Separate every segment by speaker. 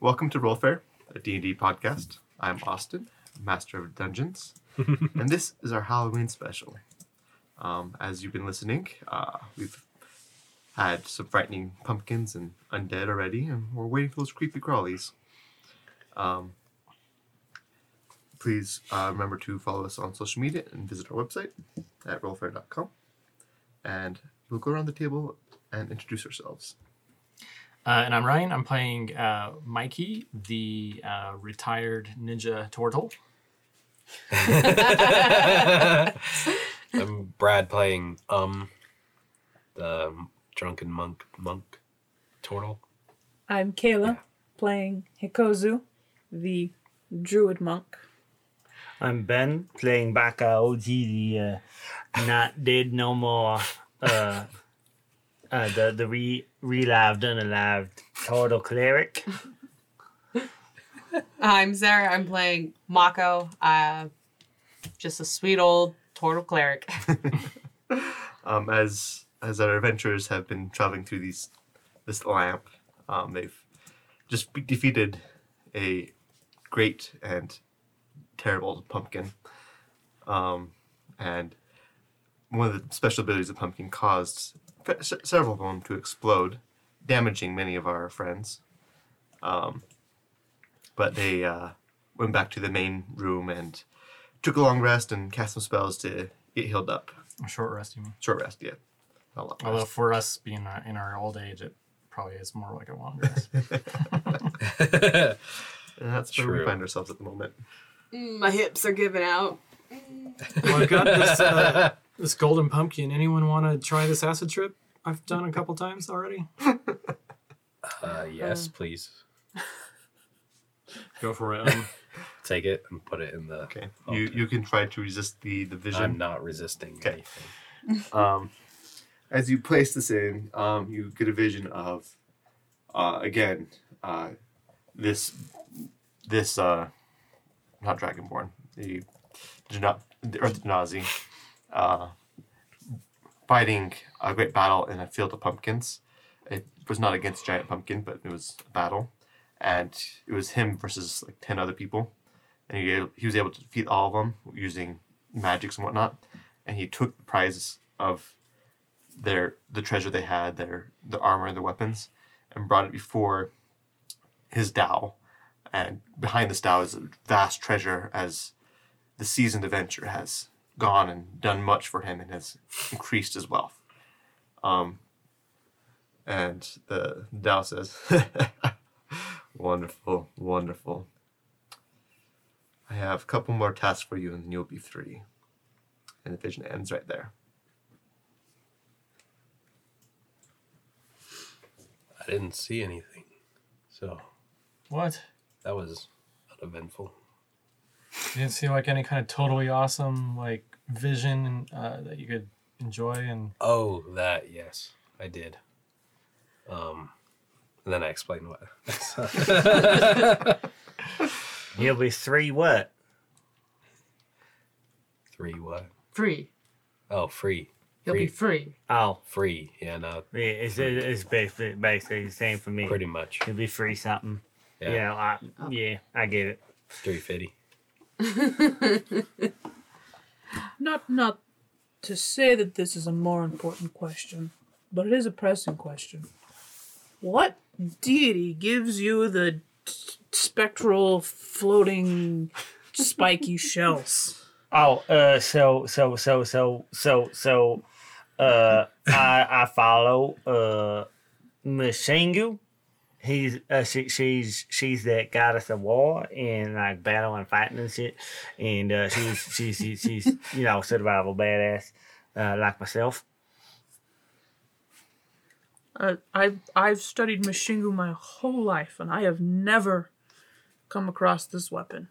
Speaker 1: Welcome to Rollfair, a D&D podcast. I'm Austin, Master of Dungeons, and this is our Halloween special. Um, as you've been listening, uh, we've had some frightening pumpkins and undead already, and we're waiting for those creepy crawlies. Um, please uh, remember to follow us on social media and visit our website at rollfair.com. And we'll go around the table and introduce ourselves.
Speaker 2: Uh, and I'm Ryan. I'm playing uh, Mikey, the uh, retired ninja turtle.
Speaker 3: I'm Brad playing um the drunken monk monk turtle.
Speaker 4: I'm Kayla, playing Hikozu, the druid monk.
Speaker 5: I'm Ben playing Baka OG, the uh, not dead no more, uh, uh, the the re relived unalived total cleric.
Speaker 6: I'm Sarah. I'm playing Mako, uh, just a sweet old turtle cleric.
Speaker 1: um, as as our adventurers have been traveling through these this lamp, um, they've just be- defeated a great and terrible pumpkin, um, and one of the special abilities of pumpkin caused fe- se- several of them to explode, damaging many of our friends. Um, but they uh, went back to the main room and took a long rest and cast some spells to get healed up.
Speaker 2: A short rest, you mean?
Speaker 1: Short rest, yeah. Not a lot
Speaker 2: Although
Speaker 1: rest.
Speaker 2: for us being uh, in our old age, it probably is more like a long rest.
Speaker 3: Uh,
Speaker 1: And that's where we
Speaker 3: True.
Speaker 1: find ourselves at the moment.
Speaker 6: My hips are giving out.
Speaker 7: Well, I've got this, uh, this golden pumpkin. Anyone want to try this acid trip? I've done a couple times already.
Speaker 3: Uh, yes, please
Speaker 7: Go for it. Um,
Speaker 3: take it and put it in the.
Speaker 1: Okay. You you can try to resist the the
Speaker 3: I'm
Speaker 1: vision.
Speaker 3: not resisting
Speaker 1: Okay.
Speaker 3: anything.
Speaker 1: Um, as you place this in, um, you get a vision of, uh, again, uh, this this uh, not dragonborn, the Dena- the Earth Denazi, uh, fighting a great battle in a field of pumpkins. It was not against giant pumpkin, but it was a battle, and it was him versus like ten other people, and he he was able to defeat all of them using magics and whatnot and he took the prize of their the treasure they had, their the armor and the weapons, and brought it before his Tao. And behind this Tao is a vast treasure as the seasoned adventurer has gone and done much for him and has increased his wealth. Um, and the Tao says, Wonderful, wonderful. I have a couple more tasks for you and then you'll be free and the vision ends right there.
Speaker 3: I didn't see anything, so
Speaker 2: what?
Speaker 3: that was uneventful.
Speaker 7: you didn't see like any kind of totally awesome like vision uh, that you could enjoy and
Speaker 3: Oh, that yes, I did. Um, and then I explained what.
Speaker 5: He'll be three what?
Speaker 3: Three what?
Speaker 6: Free.
Speaker 3: Oh, free,
Speaker 6: You'll
Speaker 3: free,
Speaker 6: be free.
Speaker 5: Oh,
Speaker 3: free. Yeah, no,
Speaker 5: yeah, it's, it's basically, basically the same for me.
Speaker 3: pretty much.
Speaker 5: He'll be free something.
Speaker 3: Yeah,
Speaker 5: Yeah, I, yeah, I get it.
Speaker 3: three fifty.
Speaker 4: Not not to say that this is a more important question, but it is a pressing question. What deity gives you the t- spectral floating spiky shells?
Speaker 5: Oh, uh, so so so so so so, uh, I I follow uh, Masingu. He's uh, she, she's she's that goddess of war and like battle and fighting and shit, and uh, she's she's she's, she's you know survival badass, uh, like myself.
Speaker 4: Uh, I've I've studied Mashingu my whole life, and I have never come across this weapon.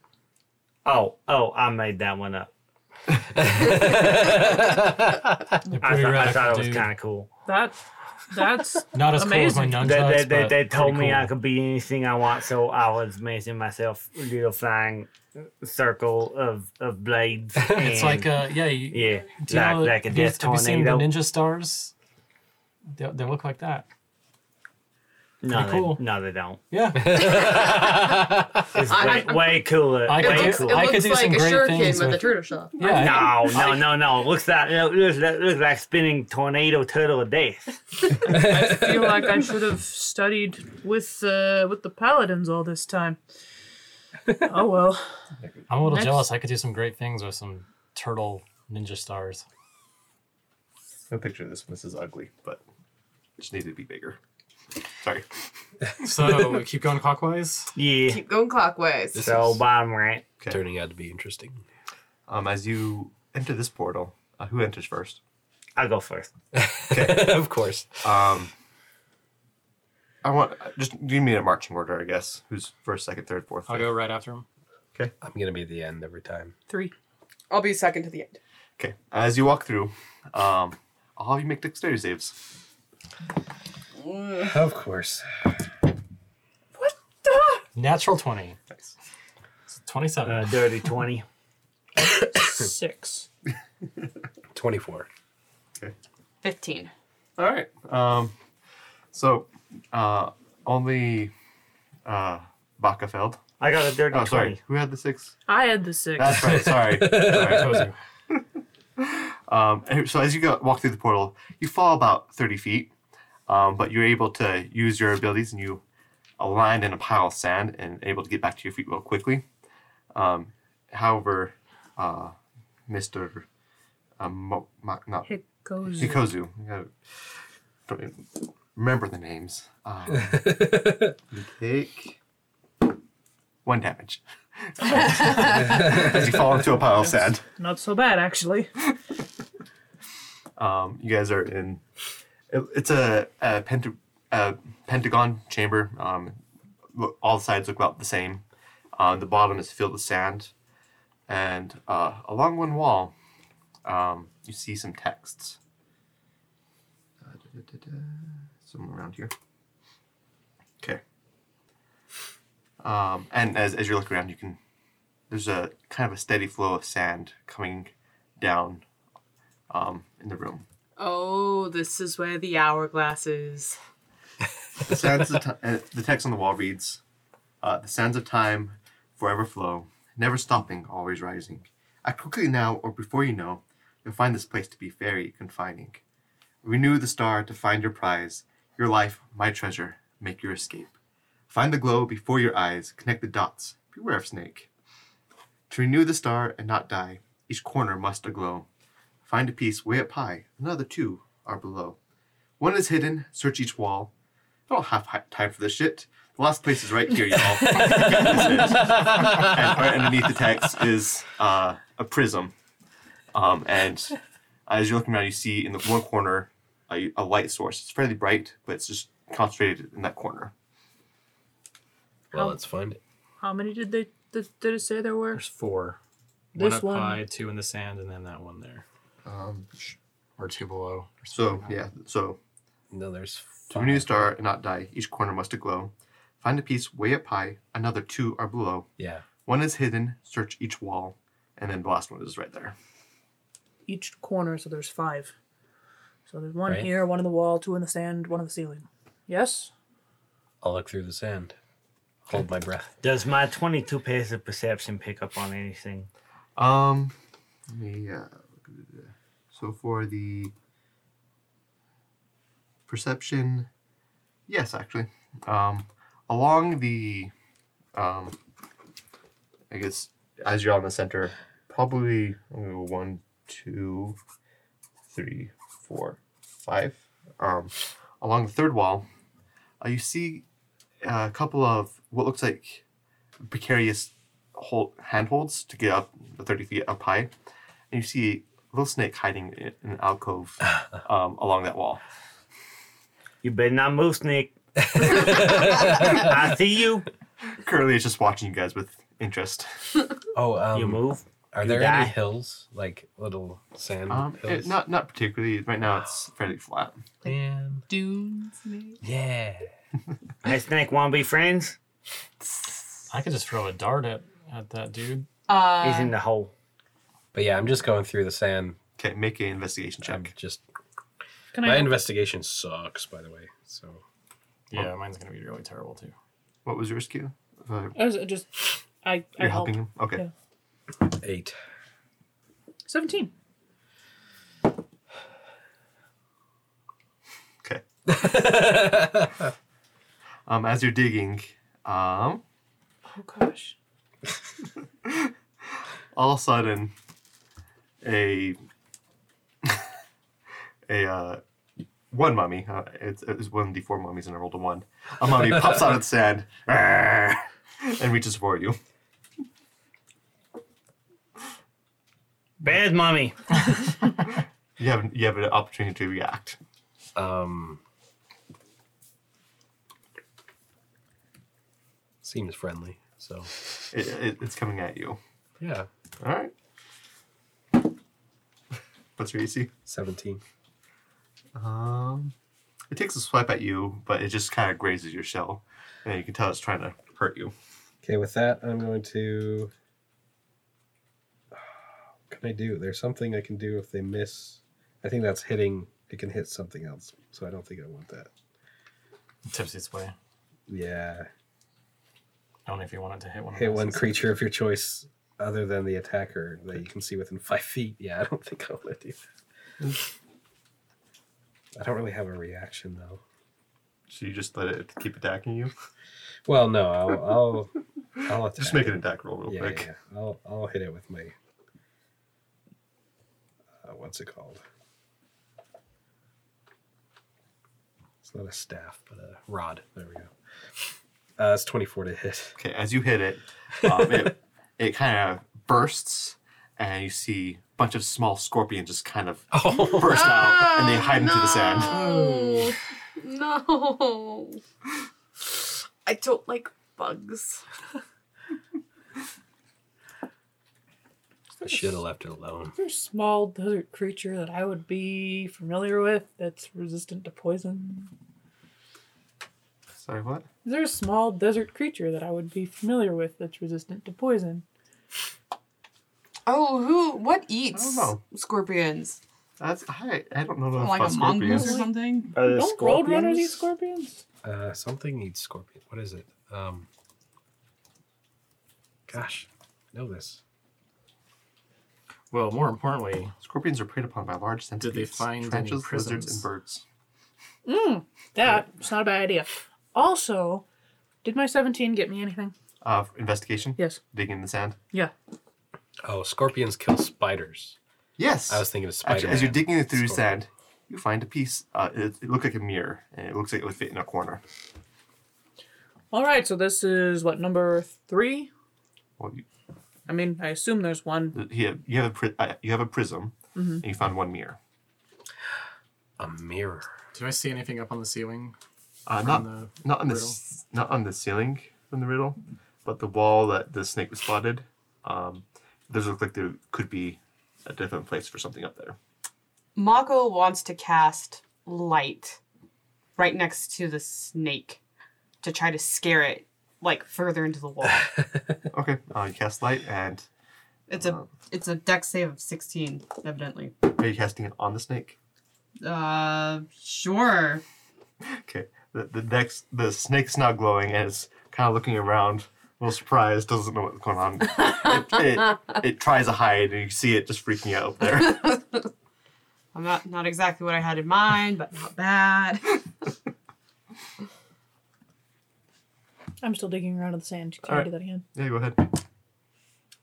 Speaker 5: Oh oh, I made that one up. I,
Speaker 7: pretty
Speaker 5: thought I
Speaker 7: radical,
Speaker 5: thought it was
Speaker 7: dude.
Speaker 5: kind of cool.
Speaker 4: That that's
Speaker 7: not as
Speaker 4: Amazing.
Speaker 7: cool as my nunchucks.
Speaker 5: They, they, they,
Speaker 7: but
Speaker 5: they told
Speaker 7: pretty
Speaker 5: me I
Speaker 7: cool.
Speaker 5: could be anything I want, so I was making myself a little flying circle of, of blades.
Speaker 7: It's like uh, yeah, you,
Speaker 5: yeah,
Speaker 7: Do you
Speaker 5: like,
Speaker 7: know,
Speaker 5: like a
Speaker 7: have you-
Speaker 5: death
Speaker 7: have you seen the
Speaker 5: tornado.
Speaker 7: ninja stars? They, they look like that.
Speaker 5: No,
Speaker 2: Pretty
Speaker 5: they,
Speaker 2: cool.
Speaker 5: no, they don't.
Speaker 2: Yeah.
Speaker 5: It's
Speaker 8: I-
Speaker 5: way,
Speaker 8: I-
Speaker 5: way cooler.
Speaker 2: I
Speaker 5: way
Speaker 8: It
Speaker 2: could-
Speaker 8: looks,
Speaker 5: cooler.
Speaker 8: it
Speaker 2: I
Speaker 8: looks
Speaker 2: could do
Speaker 8: like
Speaker 2: some
Speaker 8: a
Speaker 2: great
Speaker 8: shuriken
Speaker 2: things
Speaker 8: with, a
Speaker 2: with-
Speaker 8: turtle shell.
Speaker 2: yeah.
Speaker 5: No, no, no, no. Looks like it looks, like- looks like spinning tornado turtle of death.
Speaker 4: I feel like I should have studied with uh, with the paladins all this time. Oh well.
Speaker 2: I'm a little
Speaker 4: Next.
Speaker 2: jealous. I could do some great things with some turtle ninja stars.
Speaker 1: No picture of this one. This is ugly, but just needed to be bigger. Sorry.
Speaker 7: So we keep going clockwise.
Speaker 5: Yeah.
Speaker 8: Keep going clockwise.
Speaker 3: This
Speaker 5: So
Speaker 3: is
Speaker 5: bottom right.
Speaker 1: Okay.
Speaker 3: turning out to be interesting.
Speaker 1: Um, as you enter this portal, uh, who enters first?
Speaker 5: I'll go first.
Speaker 3: of course.
Speaker 1: Um, I want just give me a marching order, I guess. Who's first, second, third, fourth?
Speaker 2: I'll
Speaker 1: fifth?
Speaker 2: go right after him.
Speaker 3: I'm going to be at the end every time.
Speaker 4: Three.
Speaker 8: I'll be second to the end.
Speaker 1: Okay. As you walk through, um, I'll have you make dexterity saves.
Speaker 3: Of course.
Speaker 2: Natural 20.
Speaker 1: Nice.
Speaker 2: It's 27.
Speaker 5: Uh, dirty 20.
Speaker 4: Six.
Speaker 3: 24.
Speaker 6: 15.
Speaker 1: All right. Um, so uh, only uh, Bakafeld.
Speaker 5: I got a dirty
Speaker 1: Oh,
Speaker 5: 20.
Speaker 1: sorry. Who had the six?
Speaker 4: I had the six.
Speaker 1: That's right. Sorry. Sorry.
Speaker 2: I told you.
Speaker 1: Um, and so as you go, walk through the portal, you fall about 30 feet, um, but you're able to use your abilities and you align in a pile of sand and able to get back to your feet real quickly. Um, however, uh, Mr. Um, Mo- Mo- not
Speaker 4: It goes.
Speaker 1: Hikozu, I gotta- don't even remember the names. Um, you take one damage as you fall into a pile of sand.
Speaker 4: Not so bad actually.
Speaker 1: Um, you guys are in. it- it's a, a, penta, a pentagon chamber. Um, look- all the sides look about the same. Um, the bottom is filled with sand, and uh, along one wall, um, you see some texts. Uh, da, da, da, da, somewhere around here. Okay. Um, and as, as you look around, you can. There's a kind of a steady flow of sand coming down um, in the room.
Speaker 6: Oh, this is where the hourglass is.
Speaker 1: The sands of ti- uh, the text on the wall reads, uh, "The sands of time forever flow, never stopping, always rising. Act quickly now, or before you know, you'll find this place to be very confining. Renew the star to find your prize, your life, my treasure. Make your escape. Find the glow before your eyes. Connect the dots. Beware of snake. To renew the star and not die, each corner must aglow. Find a piece way up high. Another two are below. One is hidden. Search each wall." I don't have hi- time for this shit. The last place is right here, y'all. Get this in. and right underneath the text is uh, a prism. Um, and as you're looking around, you see in the one corner a, a light source. It's fairly bright, but it's just concentrated in that corner.
Speaker 3: Well, let's find it.
Speaker 4: How many did they did, did it say there were?
Speaker 2: There's four. one
Speaker 4: This
Speaker 2: up
Speaker 4: one.
Speaker 2: high, two in the sand, and then that one there.
Speaker 1: Um,
Speaker 2: Or two below. Or something
Speaker 1: so
Speaker 2: like that.
Speaker 1: yeah, so
Speaker 3: No, there's
Speaker 1: to renew the star and not die, each corner must aglow. Find a piece way up high. Another two are below.
Speaker 3: Yeah.
Speaker 1: One is hidden. Search each wall, and then the last one is right there.
Speaker 4: Each corner, so there's five. So there's one
Speaker 3: Right.
Speaker 4: here, one in the wall, two in the sand, one on the ceiling. Yes.
Speaker 3: I'll look through the sand. Hold my breath.
Speaker 5: Does my 22 passive perception pick up on anything?
Speaker 1: Um, let me, uh, so for the perception, yes, actually, um, along the, um, I guess as you're on the center, probably I'm gonna go one, two, three, four, five. Um, along the third wall, uh, you see uh, a couple of what looks like precarious hold handholds to get up the 30 feet up high and you see a little snake hiding in an alcove um, along that wall
Speaker 5: You better not move, Snake. I see you.
Speaker 1: currently it's just watching you guys with interest
Speaker 3: Oh, um,
Speaker 5: you move.
Speaker 3: are
Speaker 5: you
Speaker 3: there
Speaker 5: die.
Speaker 3: any hills? Like little sand
Speaker 1: um, it-
Speaker 3: hills?
Speaker 1: not not particularly right now it's fairly flat
Speaker 3: Man.
Speaker 6: Dunes, maybe?
Speaker 3: Yeah.
Speaker 5: Hey, Snake, want to be friends?
Speaker 2: I could just throw a dart at, at that dude.
Speaker 5: He's in
Speaker 6: Uh,
Speaker 5: the hole.
Speaker 3: But yeah, I'm just going through the sand.
Speaker 1: okay make an
Speaker 9: Um,
Speaker 1: investigation
Speaker 3: I'm
Speaker 1: check
Speaker 3: just.
Speaker 4: Can
Speaker 3: My
Speaker 4: I?
Speaker 3: investigation sucks, by the way. So
Speaker 7: Yeah, mine's gonna be really terrible too.
Speaker 1: What was yours, Q? Uh,
Speaker 4: I was just, I, I
Speaker 1: you're
Speaker 4: help.
Speaker 1: helping him? Okay.
Speaker 4: Yeah.
Speaker 9: Eight.
Speaker 4: 17.
Speaker 1: Okay. um, as you're digging, um,
Speaker 4: Oh gosh.
Speaker 1: all of a sudden, a a uh, one mummy. Uh, it's, it's one of the four mummies, and I rolled a one. A mummy pops out of the sand "Arr," and reaches for you.
Speaker 5: Bad mommy.
Speaker 1: You have you have an opportunity to react.
Speaker 9: Um, seems friendly, so
Speaker 1: It, it, it's coming at you.
Speaker 9: yeah,
Speaker 1: All right. What's your E AC?
Speaker 9: seventeen.
Speaker 1: Um, it takes a swipe at you, but it just kind of grazes your shell, and you can tell it's trying to hurt you.
Speaker 9: Okay, with that, I'm going to. What can I do? There's something I can do if they miss. I think that's hitting. It can hit something else, so I don't think I want that.
Speaker 7: Tipsy's way.
Speaker 9: Yeah,
Speaker 7: Only if you want it to hit one. of
Speaker 9: hit
Speaker 7: us.
Speaker 9: one creature of your choice other than the attacker that you can see within five feet. Yeah, I don't think I want to do that. I don't really have a reaction though.
Speaker 1: So you just let it keep attacking you.
Speaker 9: Well, no, I'll I'll, I'll attack.
Speaker 1: Just make an attack roll real
Speaker 9: yeah,
Speaker 1: quick.
Speaker 9: yeah, yeah. I'll I'll hit it with my. Uh, what's it called? It's not a staff, but a rod. There we go. Uh, it's twenty-four to hit.
Speaker 1: Okay, as you hit it, um, it, it kind of bursts, and you see a bunch of small scorpions just kind of
Speaker 6: Oh,
Speaker 1: burst out, and they hide into the sand.
Speaker 10: Oh, no. I don't like bugs.
Speaker 9: I should have left it alone.
Speaker 4: There's a small desert creature that I would be familiar with that's resistant to poison.
Speaker 1: Sorry, what?
Speaker 4: Is there a small desert creature that I would be familiar with that's resistant to poison?
Speaker 6: Oh, who? What eats
Speaker 1: I don't
Speaker 6: scorpions?
Speaker 1: That's I. I don't know enough
Speaker 6: Like a
Speaker 1: about
Speaker 6: mongoose or
Speaker 1: scorpions.
Speaker 6: something?
Speaker 5: Are there
Speaker 4: Don't roadrunners eat scorpions?
Speaker 9: Uh, something needs scorpion. What is it? Um, gosh, I know this.
Speaker 7: Well, more importantly,
Speaker 1: Scorpions are preyed upon by large centipedes,
Speaker 7: find any
Speaker 1: trenches, lizards, and
Speaker 7: prisms?
Speaker 1: birds.
Speaker 4: Mmm, that it's not a bad idea. Also, did my 17 get me anything?
Speaker 1: Uh, investigation.
Speaker 4: Yes.
Speaker 1: Digging in the sand.
Speaker 4: Yeah.
Speaker 9: Oh, scorpions kill spiders.
Speaker 1: Yes.
Speaker 9: I was thinking of spider.
Speaker 1: Actually, as you're digging through
Speaker 9: Scorpion.
Speaker 1: sand, you find a piece. Uh, it, it looked like a mirror, and it looks like it would fit in a corner.
Speaker 4: All right, so this is what number three?
Speaker 1: Well, you,
Speaker 4: I mean, I assume there's one.
Speaker 1: you have you have a pri- uh, you have a prism,
Speaker 6: Mm-hmm.
Speaker 1: and you found one mirror.
Speaker 9: a mirror.
Speaker 7: do I see anything up on the ceiling?
Speaker 1: Uh,
Speaker 7: from
Speaker 1: not
Speaker 7: the
Speaker 1: not on the
Speaker 7: riddle?
Speaker 1: s- not on the ceiling from the riddle, but the wall that the snake was spotted. Um, does look like there could be a different place for something up there.
Speaker 6: Mako wants to cast light right next to the snake to try to scare it like further into the wall.
Speaker 1: Okay, uh, you cast light, and
Speaker 6: It's a it's a deck save of sixteen, evidently.
Speaker 1: are you casting it on the snake?
Speaker 6: Uh, sure.
Speaker 1: Okay, the the next the snake's not glowing, and it's kind of looking around, a little surprised, doesn't know what's going on. it, it, it tries to hide, and you see it just freaking out up there.
Speaker 6: I'm not not exactly what I had in mind, but not bad.
Speaker 4: I'm still digging around in the sand. Can
Speaker 1: All
Speaker 4: I
Speaker 1: right.
Speaker 4: do that again?
Speaker 1: yeah, go ahead,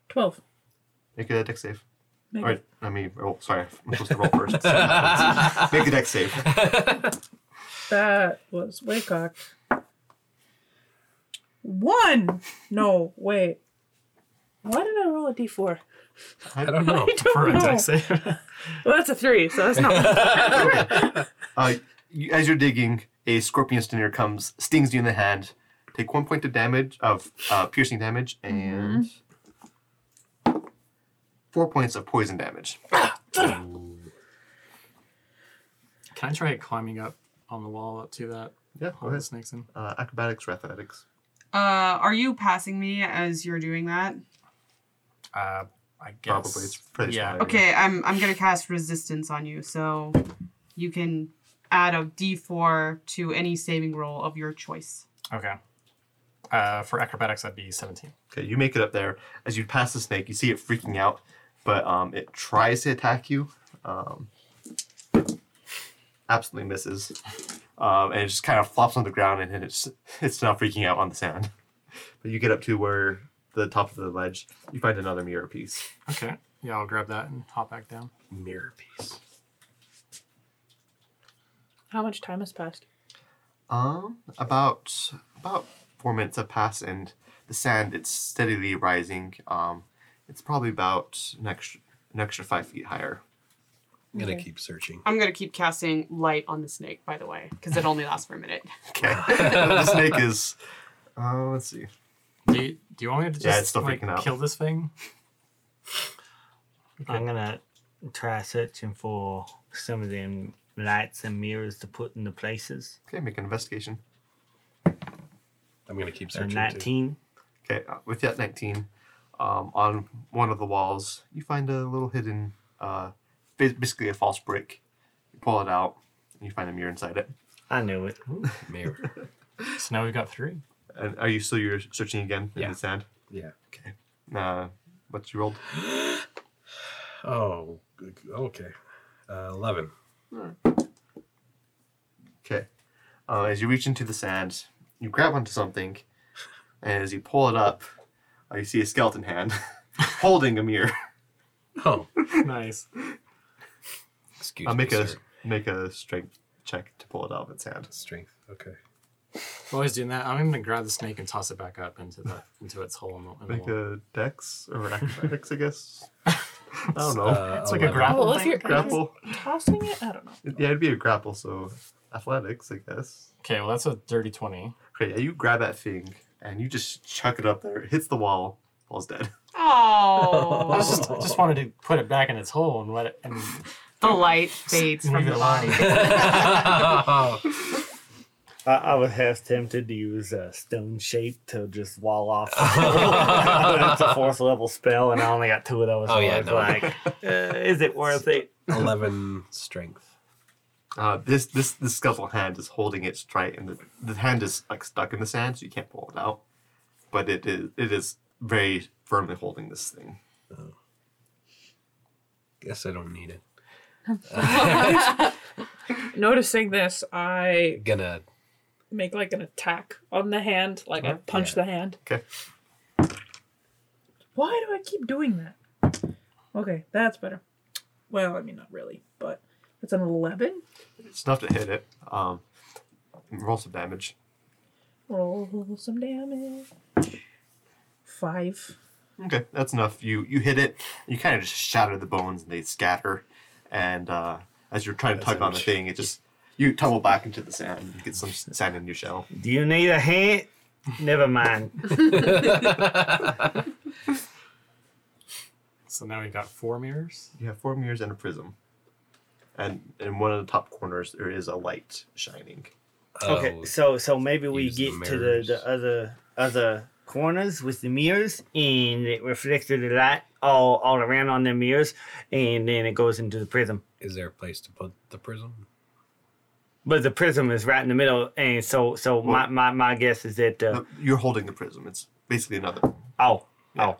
Speaker 4: 12.
Speaker 1: make a deck save.
Speaker 4: Make
Speaker 1: All right, I mean, oh, sorry, I'm supposed to roll first. so that happens. make a deck save.
Speaker 4: That was Waycock. One! No, wait. Why did I roll a d4?
Speaker 9: I don't know.
Speaker 7: For a
Speaker 4: No.
Speaker 7: dex save.
Speaker 4: Well, that's a three, so that's not.
Speaker 1: Uh, you, as you're digging, a scorpion stinger comes, stings you in the hand. Take one point of damage of uh, piercing damage and four points of poison damage.
Speaker 7: Can I try climbing up on the wall up to that?
Speaker 1: Yeah,
Speaker 7: Hold the snakes in.
Speaker 1: Uh, acrobatics or athletics.
Speaker 6: Uh, are you passing me as you're doing that?
Speaker 7: Uh, I guess.
Speaker 1: Probably it's pretty
Speaker 7: yeah.
Speaker 1: smart.
Speaker 6: Okay, I'm I'm gonna cast resistance on you, so you can add a d4 to any saving roll of your choice.
Speaker 2: Okay. Uh, for acrobatics, that'd be 17.
Speaker 1: Okay, you make it up there. As you pass the snake, you see it freaking out, but um, it tries to attack you. Um, absolutely misses. Um, and it just kind of flops on the ground, and then it's it's now freaking out on the sand. But you get up to where the top of the ledge, you find another mirror piece.
Speaker 2: Okay. Yeah, I'll grab that and hop back down.
Speaker 1: Mirror piece.
Speaker 4: How much time has passed?
Speaker 1: Um, about about four minutes have passed, and the sand it's steadily rising. Um, it's probably about an extra an extra five feet higher.
Speaker 3: I'm gonna
Speaker 4: Okay.
Speaker 3: keep searching.
Speaker 6: I'm going to keep casting light on the snake, by the way, because it only lasts for a minute.
Speaker 1: Okay, the snake is. Uh, let's see.
Speaker 2: Do you, do you want me to just
Speaker 1: Yeah, it's still
Speaker 2: like,
Speaker 1: freaking out.
Speaker 2: kill this thing?
Speaker 5: I'm gonna try searching for some of them lights and mirrors to put in the places.
Speaker 1: Okay, make an investigation.
Speaker 3: I'm gonna keep
Speaker 5: So
Speaker 3: searching. too.
Speaker 5: 19.
Speaker 1: Okay, uh, with that 19, um, on one of the walls, you find a little hidden, uh, ba- basically a false brick. You pull it out, and you find a mirror inside it.
Speaker 5: I knew it.
Speaker 3: Mirror.
Speaker 2: So now we've got three.
Speaker 1: And are you still you're searching again in
Speaker 3: Yeah.
Speaker 1: the sand?
Speaker 3: Yeah.
Speaker 1: Okay. Uh, what you rolled?
Speaker 3: Oh. Okay. Uh, Eleven.
Speaker 1: Okay. Uh, as you reach into the sand, you grab onto something, and as you pull it up, uh, you see a skeleton hand holding a mirror.
Speaker 3: Oh.
Speaker 2: nice.
Speaker 9: Excuse
Speaker 1: Uh, make
Speaker 9: me,
Speaker 1: a
Speaker 9: sir.
Speaker 1: make a strength check to pull it out of its hand.
Speaker 3: Strength. Okay.
Speaker 2: Always doing that. I'm gonna grab the snake and toss it back up into the into its hole. In the, in the
Speaker 1: Make
Speaker 2: wall.
Speaker 1: a dex or acrobatics, I guess. I don't know.
Speaker 3: Uh,
Speaker 2: It's like a
Speaker 3: 11.
Speaker 2: grapple.
Speaker 4: Oh, Well, if
Speaker 2: thing.
Speaker 4: you're
Speaker 1: grapple.
Speaker 4: tossing it, I don't know.
Speaker 1: Yeah, it'd be a grapple, so athletics, I guess.
Speaker 2: Okay, well that's a dirty twenty.
Speaker 1: Okay, yeah, you grab that thing and you just chuck it up there. It hits the wall, falls dead.
Speaker 6: Oh,
Speaker 2: I was just I just wanted to put it back in its hole and let it and
Speaker 6: the light fades from
Speaker 2: leave
Speaker 6: the
Speaker 2: it alone.
Speaker 6: body.
Speaker 5: I, I was half tempted to use a stone shape to just wall off. it's a fourth level spell, and I only got two of those.
Speaker 9: Oh,
Speaker 5: so I
Speaker 9: yeah,
Speaker 5: was
Speaker 9: no.
Speaker 5: like, uh, is it worth it?
Speaker 3: Eleven strength.
Speaker 1: Uh, this this this skeletal hand is holding it straight, and the, the hand is like stuck in the sand, so you can't pull it out. But it is it is very firmly holding this thing.
Speaker 3: Guess I don't need it.
Speaker 4: Noticing this, I
Speaker 9: Gonna
Speaker 4: make like an attack on the hand, like I punch the hand.
Speaker 1: Okay.
Speaker 4: Why do I keep doing that? Okay, that's better. Well, I mean, not really, but it's an 11.
Speaker 1: It's enough to hit it. Um, roll some damage.
Speaker 4: Roll some damage. Five.
Speaker 1: Okay, that's enough. You you hit it. You kind of just shatter the bones, and they scatter. And uh, as you're trying to tug on the thing, it just you tumble back into the sand. and You get some sand in your shell.
Speaker 5: Do you need a hint? Never mind.
Speaker 2: So now we've got four mirrors.
Speaker 1: You have four mirrors and a prism, and in one of the top corners there is a light shining.
Speaker 9: Oh,
Speaker 5: Okay, so so maybe we
Speaker 9: use the
Speaker 5: get to the,
Speaker 9: mirrors.
Speaker 5: the other other corners with the mirrors, and it reflects the light all all around on the mirrors, and then it goes into the prism.
Speaker 9: Is there a place to put the prism?
Speaker 5: But the prism is right in the middle, and so so my, my, my guess is that uh,
Speaker 1: No, You're holding the prism. It's basically another.
Speaker 9: uh,
Speaker 5: oh oh,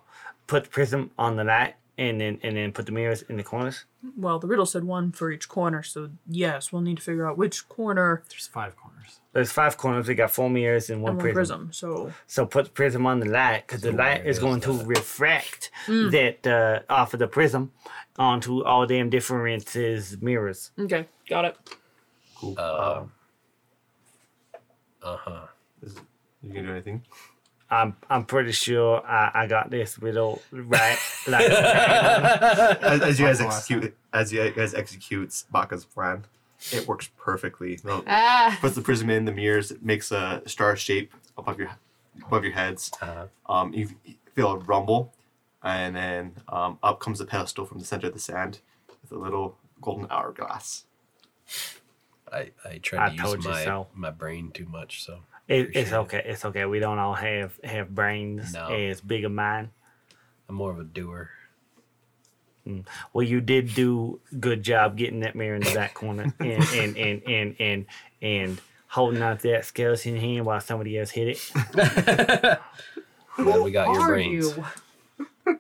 Speaker 5: put the prism on the light, and then and then put the mirrors in the corners.
Speaker 4: Well, the riddle said one for each corner, so yes, we'll need to figure out which corner
Speaker 2: There's five corners.
Speaker 5: There's five corners. We got four mirrors and one,
Speaker 4: and one
Speaker 5: prism.
Speaker 4: prism. So
Speaker 5: So put the prism on the light because the light is going to refract that uh, off of the prism onto all them differences mirrors.
Speaker 4: okay, got it.
Speaker 9: Um. Uh huh.
Speaker 1: Is, you can do anything.
Speaker 5: I'm I'm pretty sure I, I got this riddle right. Like
Speaker 1: As, as you guys execute, as you guys execute Baka's plan, it works perfectly. No-
Speaker 6: Ah,
Speaker 1: puts the prism in the mirrors. It makes a star shape above your above your heads. Um, you feel a rumble, and then um, up comes the pedestal from the center of the sand with a little golden hourglass.
Speaker 9: I I
Speaker 5: I
Speaker 9: tried to
Speaker 5: told
Speaker 9: use
Speaker 5: you
Speaker 9: my
Speaker 5: so.
Speaker 9: my brain too much, so
Speaker 5: it, it's
Speaker 9: Appreciate it.
Speaker 5: okay. It's okay. We don't all have have brains
Speaker 9: No.
Speaker 5: as big a mind.
Speaker 9: I'm more of a doer.
Speaker 5: Mm. Well, you did do good job getting that mirror in the back corner and and and and and and holding out that skeleton hand while somebody else hit it.
Speaker 9: And then we got your
Speaker 6: Are
Speaker 9: brains.
Speaker 6: you?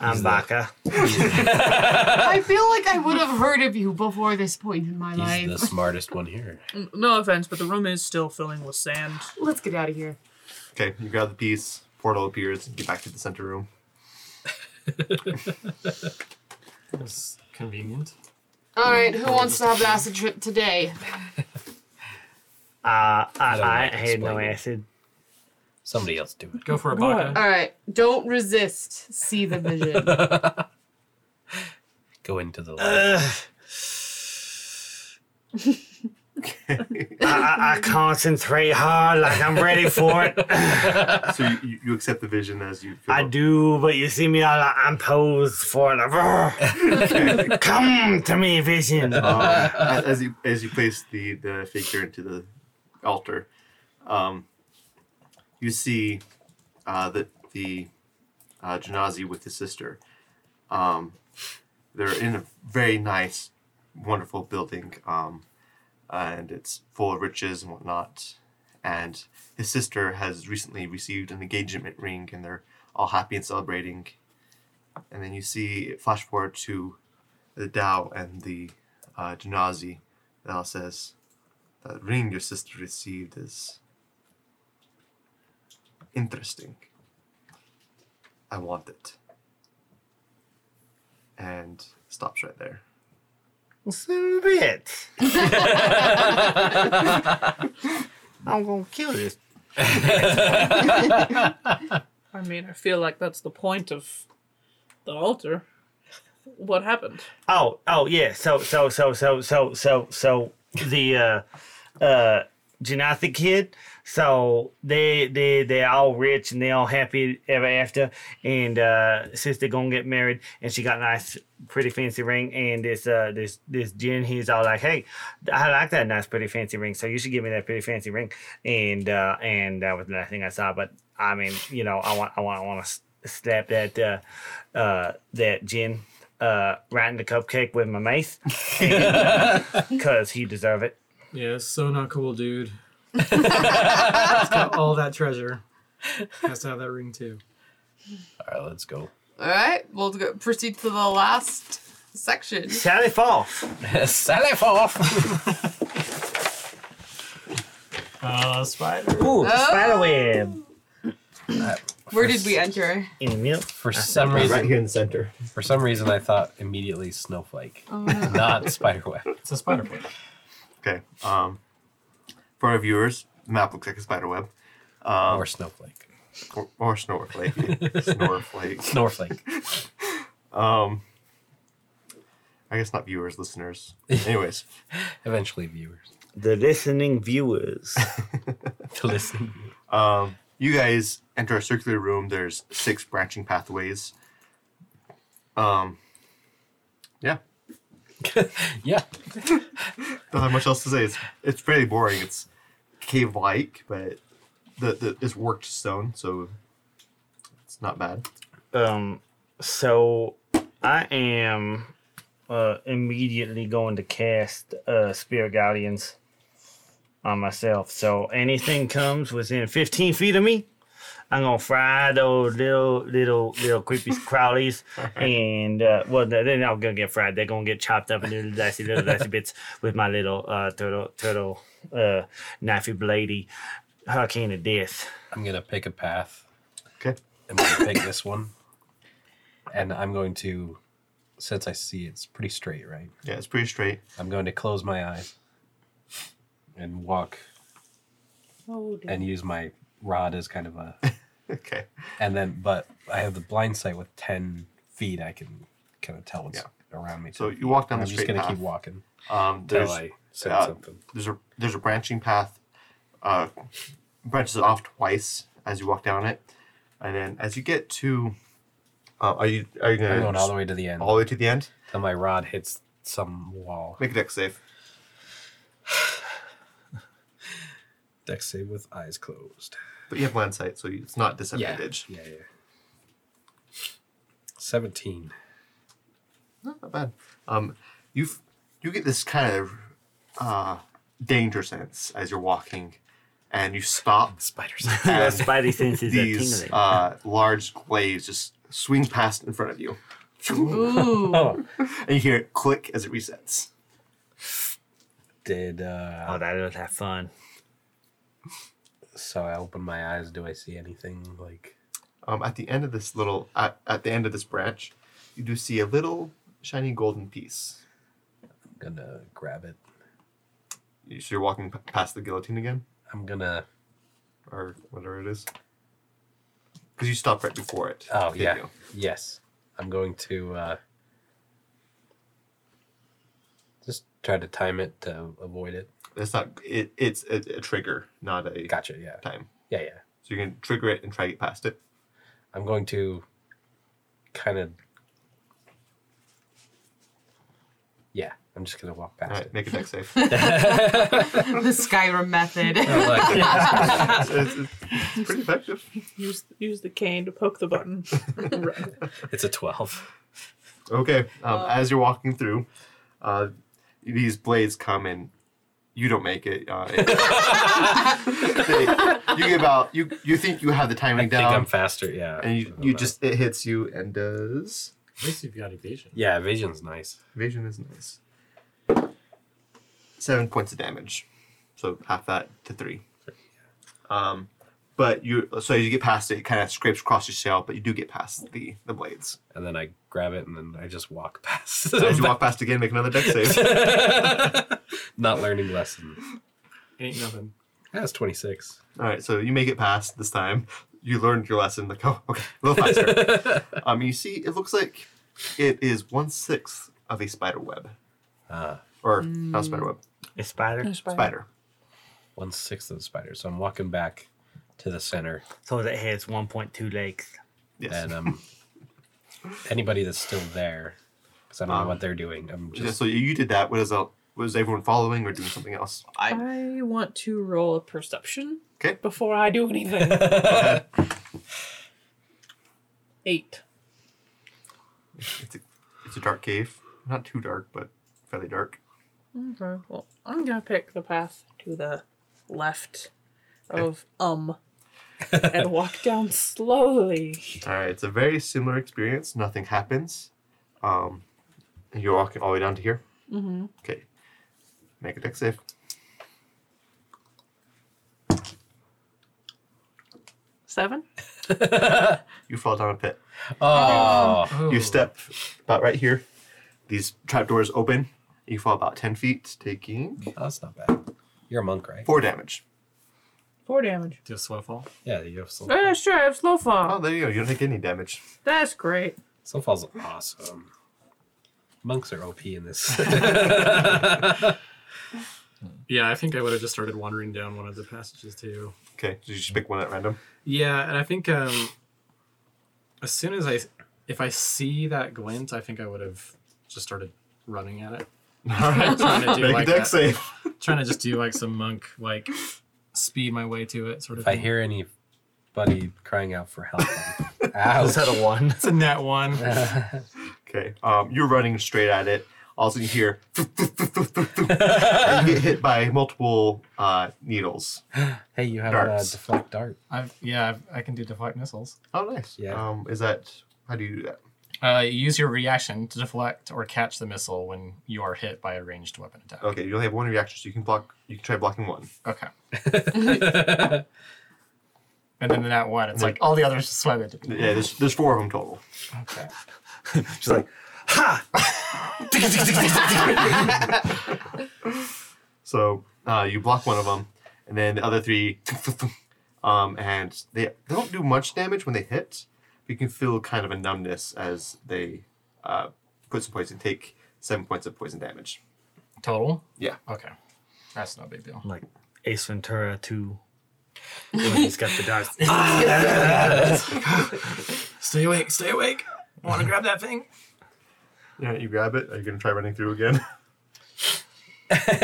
Speaker 5: I'm Baka.
Speaker 6: I feel like I would have heard of you before this point in my
Speaker 9: He's
Speaker 6: life.
Speaker 9: the smartest one here.
Speaker 4: No offense, but the room is still filling with sand.
Speaker 6: Let's get out of here.
Speaker 1: Okay, you grab the piece, portal appears, and get back to the center room.
Speaker 2: It's convenient.
Speaker 6: All right, who wants to have an acid trip today?
Speaker 5: Uh, I,
Speaker 9: don't know
Speaker 5: I
Speaker 9: how
Speaker 5: ain't
Speaker 9: to
Speaker 5: had no
Speaker 9: explain it.
Speaker 5: acid.
Speaker 9: Somebody else do it.
Speaker 2: Go for a baka.
Speaker 6: All right, don't resist. See the vision.
Speaker 9: Go into the light.
Speaker 5: I, I, I concentrate hard like I'm ready for it.
Speaker 1: So you- you, you accept the vision as you feel.
Speaker 5: I do, but you see me, I, I'm posed for it. Like, Come to me, vision.
Speaker 1: Um, as, as you as you place the the figure into the altar, um, you see uh, that the uh, Janazi with his sister. Um, they're in a very nice, wonderful building, um, and it's full of riches and whatnot. And his sister has recently received an engagement ring, and they're all happy and celebrating. And then you see it flash forward to the Tao and the uh, Janazi that says, The ring your sister received is interesting. I want it. And stops right there.
Speaker 5: It's a bit. I'm gonna kill this.
Speaker 4: I mean, I feel like that's the point of the altar. What happened?
Speaker 5: Oh, oh yeah. So, so, so, so, so, so, so the uh, uh, Janatha kid. So they they they all rich and they all happy ever after. And uh, sister gonna get married, and she got a nice, pretty fancy ring. And this uh this this Jen, he's all like, hey, I like that nice, pretty fancy ring. So you should give me that pretty fancy ring. And uh, and that was the last thing I saw. But I mean, you know, I want I want I want to slap that uh, uh, that Jen uh, right in the cupcake with my mace because he deserve it.
Speaker 7: Yeah, it's so not cool, dude. He's got all that treasure. Has to have that ring too.
Speaker 9: All right, let's go.
Speaker 6: All right, we'll go, proceed to the last section.
Speaker 5: Sally Falls.
Speaker 9: Sell it off.
Speaker 2: Uh, spider.
Speaker 5: Ooh,
Speaker 6: Oh.
Speaker 5: spider web
Speaker 6: Where did we enter?
Speaker 5: in the milk.
Speaker 9: For some reason,
Speaker 1: here in the center.
Speaker 9: for some reason, I thought immediately snowflake, not spiderweb.
Speaker 2: It's a spider web.
Speaker 1: Okay. Um, for our viewers, the map looks like a spider web.
Speaker 9: or snowflake.
Speaker 1: Or, or snorflake. snorflake.
Speaker 9: Snowflake.
Speaker 1: Um, I guess not viewers, listeners. Anyways.
Speaker 9: Eventually, viewers.
Speaker 5: The listening viewers.
Speaker 9: To listen.
Speaker 1: Um, you guys enter a circular room. There's six branching pathways. Um, yeah,
Speaker 9: yeah.
Speaker 1: don't have much else to say. It's it's pretty boring. It's cave-like, but the, the it's worked stone, so it's not bad.
Speaker 5: um, so I am uh, immediately going to cast uh, Spirit Guardians on myself. So anything comes within 15 feet of me, I'm gonna fry those little little little creepy crawlies, and uh, well, no, they're not gonna get fried. They're gonna get chopped up into little dicey little dicey bits with my little uh, turtle turtle uh, knifey bladey hurricane of death.
Speaker 9: I'm gonna pick a path.
Speaker 1: Okay.
Speaker 9: I'm gonna pick this one, and I'm going to, since I see it's pretty straight, right?
Speaker 1: Yeah, it's pretty straight.
Speaker 9: I'm going to close my eyes and walk
Speaker 4: Oh, dear.
Speaker 9: and use my rod as kind of a,
Speaker 1: Okay,
Speaker 9: and then but I have the blind sight with ten feet. I can kind of tell what's around me.
Speaker 1: so
Speaker 9: 10
Speaker 1: you walk down
Speaker 9: feet.
Speaker 1: the
Speaker 9: I'm just
Speaker 1: straight
Speaker 9: gonna
Speaker 1: path.
Speaker 9: keep walking
Speaker 1: Um,
Speaker 9: until
Speaker 1: there's
Speaker 9: I see
Speaker 1: uh,
Speaker 9: something.
Speaker 1: there's a there's a branching path, uh, branches off twice as you walk down it, and then as you get to, uh, are you are you
Speaker 9: I'm going
Speaker 1: gonna
Speaker 9: all the way to the end
Speaker 1: all the way to the end?
Speaker 9: till my rod hits some wall.
Speaker 1: Make a deck save.
Speaker 9: Deck save with eyes closed.
Speaker 1: But you have blind sight, so it's not disadvantage.
Speaker 9: Yeah, yeah. Seventeen.
Speaker 1: not bad. Um, you f- you get this kind of uh, danger sense as you're walking, and you stop.
Speaker 5: Spider
Speaker 1: and
Speaker 5: Spidey senses are
Speaker 1: these
Speaker 5: tingling.
Speaker 1: uh, large glaives just swing past in front of you,
Speaker 5: oh,
Speaker 1: and you hear it click as it resets.
Speaker 9: Did uh,
Speaker 5: oh, that was have fun.
Speaker 9: so? I open my eyes. Do I see anything like?
Speaker 1: Um, at the end of this little at, at the end of this branch, you do see a little shiny golden piece.
Speaker 9: I'm gonna grab it.
Speaker 1: You- So you're walking p- past the guillotine again,
Speaker 9: I'm gonna.
Speaker 1: or whatever it is, because you stopped right before it.
Speaker 9: Oh
Speaker 1: didn't
Speaker 9: yeah.
Speaker 1: you?
Speaker 9: Yes. I'm going to uh, just try to time it to avoid it.
Speaker 1: That's not it. It's a, a trigger, not a
Speaker 9: Gotcha. Yeah.
Speaker 1: time.
Speaker 9: Yeah. Yeah.
Speaker 1: So you can trigger it and try to get past it.
Speaker 9: I'm going to kind of. Yeah, I'm just gonna walk
Speaker 1: All
Speaker 9: past
Speaker 1: right, make a deck safe.
Speaker 6: the Skyrim method.
Speaker 1: it's, it's- it's pretty effective.
Speaker 4: Use use the cane to poke the button.
Speaker 9: it. It's a twelve.
Speaker 1: Okay. Um, as you're walking through, uh, these blades come and you don't make it. Uh, it- they- you give out. You you think you have the timing
Speaker 9: I think
Speaker 1: down,
Speaker 9: I'm faster. Yeah.
Speaker 1: and you, you just it hits you and does
Speaker 2: At least you've got evasion.
Speaker 9: Yeah, vision's nice.
Speaker 1: vision is nice. Seven points of damage, so half that to three. Um, but you so as you get past it, it kind of scrapes across your shell, but you do get past the the blades.
Speaker 9: And then I grab it and then I just walk past.
Speaker 1: As you walk past again, make another deck save.
Speaker 9: Not learning lesson.
Speaker 7: Ain't nothing.
Speaker 9: That's twenty six.
Speaker 1: All right, so you make it past this time. You learned your lesson. Like, oh, okay, a little faster. um, you see, it looks like it is one sixth of a spider web,
Speaker 9: Ah,
Speaker 1: or not spider web,
Speaker 5: A spider.
Speaker 1: spider.
Speaker 9: one sixth of the spider. So I'm walking back to the center,
Speaker 5: So that has 1.2 legs.
Speaker 1: Yes.
Speaker 9: and um, anybody that's still there, because I don't
Speaker 1: Um,
Speaker 9: know what they're doing. I'm
Speaker 1: Yeah,
Speaker 9: just
Speaker 1: so you- you did that. What is a, was everyone following or doing something else?
Speaker 4: I want to roll a perception.
Speaker 1: 'Kay.
Speaker 4: Before I do anything. Eight.
Speaker 1: It's a, it's a dark cave. Not too dark, but fairly dark.
Speaker 4: Okay. Well, I'm gonna pick the path to the left of um, and walk down slowly.
Speaker 1: All right, it's a very similar experience. Nothing happens. Um, you're walking all the way down to here.
Speaker 4: Mm-hmm.
Speaker 1: Okay, make a deck save.
Speaker 4: Seven.
Speaker 1: You fall down a pit.
Speaker 9: oh,
Speaker 1: You step about right here. These trapdoors open. You fall about 10 feet, taking
Speaker 9: oh, that's not bad. You're a monk, right?
Speaker 1: four damage.
Speaker 4: Four damage.
Speaker 7: Do a slow fall.
Speaker 9: Yeah, you have soul.
Speaker 4: Yeah, sure. I have slow
Speaker 1: Oh,
Speaker 4: fall.
Speaker 1: there you go. You don't take any damage.
Speaker 4: That's great.
Speaker 9: Soulfall's awesome. Monks are OP in this.
Speaker 7: Yeah, I think I would have just started wandering down one of the passages too.
Speaker 1: Okay, so you just pick one at random.
Speaker 7: Yeah, and I think um, as soon as I, if I see that glint, I think I would have just started running at it,
Speaker 1: All right.
Speaker 7: trying to do
Speaker 1: Make
Speaker 7: like
Speaker 1: a deck
Speaker 7: that-
Speaker 1: save.
Speaker 7: trying to just do like some monk like speed my way to it sort of.
Speaker 9: if I
Speaker 7: thing.
Speaker 9: hear anybody crying out for help, I'm
Speaker 5: Was that
Speaker 9: out.
Speaker 5: a one?
Speaker 7: it's a net one.
Speaker 1: Okay, um, you're running straight at it. All of a sudden, you hear. and you get hit by multiple uh, needles.
Speaker 9: hey, you have a
Speaker 1: Darts.
Speaker 9: deflect dart.
Speaker 7: I've, yeah, I've, I can do deflect missiles.
Speaker 1: Oh, nice.
Speaker 9: Yeah.
Speaker 1: Um, is that. How do you do that?
Speaker 7: Uh, you use your reaction to deflect or catch the missile when you are hit by a ranged weapon attack.
Speaker 1: Okay, you only have one reaction, so you can block. You can try blocking one.
Speaker 7: Okay. and then in that one, it's like all the others just swam into me.
Speaker 1: Yeah, there's, there's four of them total.
Speaker 5: She's like,
Speaker 1: So uh, you block one of them, and then the other three, um, and they they don't do much damage when they hit. But you can feel kind of a numbness as they uh, put some poison, take seven points of poison damage.
Speaker 7: Total?
Speaker 1: Yeah.
Speaker 7: Okay. That's no big deal.
Speaker 5: like Ace Ventura 2. when he's got the darts.
Speaker 9: Ah.
Speaker 7: Stay awake, stay awake. Want to grab that thing?
Speaker 1: Yeah, you grab it. Are you gonna try running through again?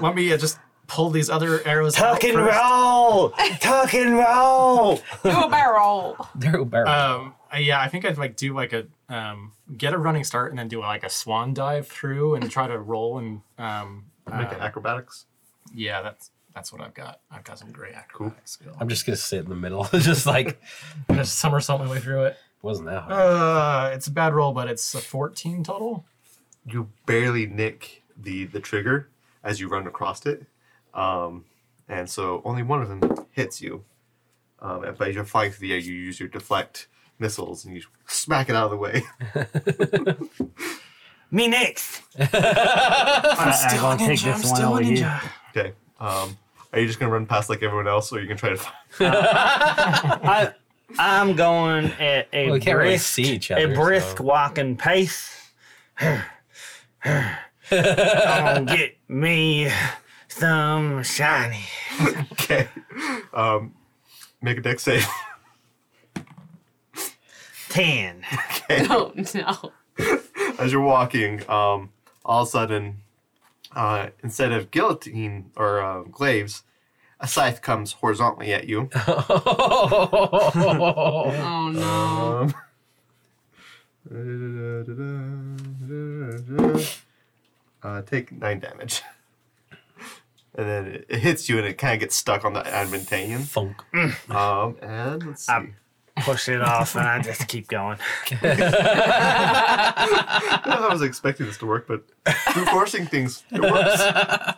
Speaker 7: Let me uh, just pull these other arrows out
Speaker 5: Tuck and
Speaker 7: first.
Speaker 5: roll! Tuck and roll!
Speaker 6: Do a barrel.
Speaker 9: They're barrel.
Speaker 1: Uh,
Speaker 7: Um, I- yeah, I think I'd like do like a um, get a running start and then do like a swan dive through and try to roll and um,
Speaker 1: Make
Speaker 7: uh,
Speaker 1: it acrobatics.
Speaker 7: yeah, that's that's what I've got. I've got some great acrobatic skill.
Speaker 9: I'm just gonna sit in the middle, just like
Speaker 7: I'm gonna somersault my way through it.
Speaker 9: wasn't that hard.
Speaker 7: Uh, it's a bad roll, but it's a 14 total.
Speaker 1: You barely nick the the trigger as you run across it, um, and so only one of them hits you. Um, and- but as you're flying through the air, you use your deflect missiles and you smack it out of the way.
Speaker 5: Me next!
Speaker 7: I'm
Speaker 5: I- I gonna take this one over you.
Speaker 1: okay. Um, are you just gonna run past like everyone else, or are you gonna try to? Find-
Speaker 5: I, I'm going at a
Speaker 9: Well, we can't really
Speaker 5: brisk,
Speaker 9: see each
Speaker 5: a
Speaker 9: other,
Speaker 5: brisk
Speaker 9: so-
Speaker 5: walking pace. I'm gonna get me some shiny.
Speaker 1: okay. Um, make a deck save.
Speaker 5: Ten.
Speaker 6: No, Oh, no.
Speaker 1: as you're walking, um, all of a sudden, uh, instead of guillotine or uh, glaives, a scythe comes horizontally at you.
Speaker 6: Oh no.
Speaker 1: Um, uh, take nine damage. And then it, it hits you and it kind of gets stuck on the adamantanium.
Speaker 9: Funk.
Speaker 1: Um, and let's see.
Speaker 5: Um, Push it off, and I just keep going.
Speaker 1: I was expecting this to work, but through forcing things, it works.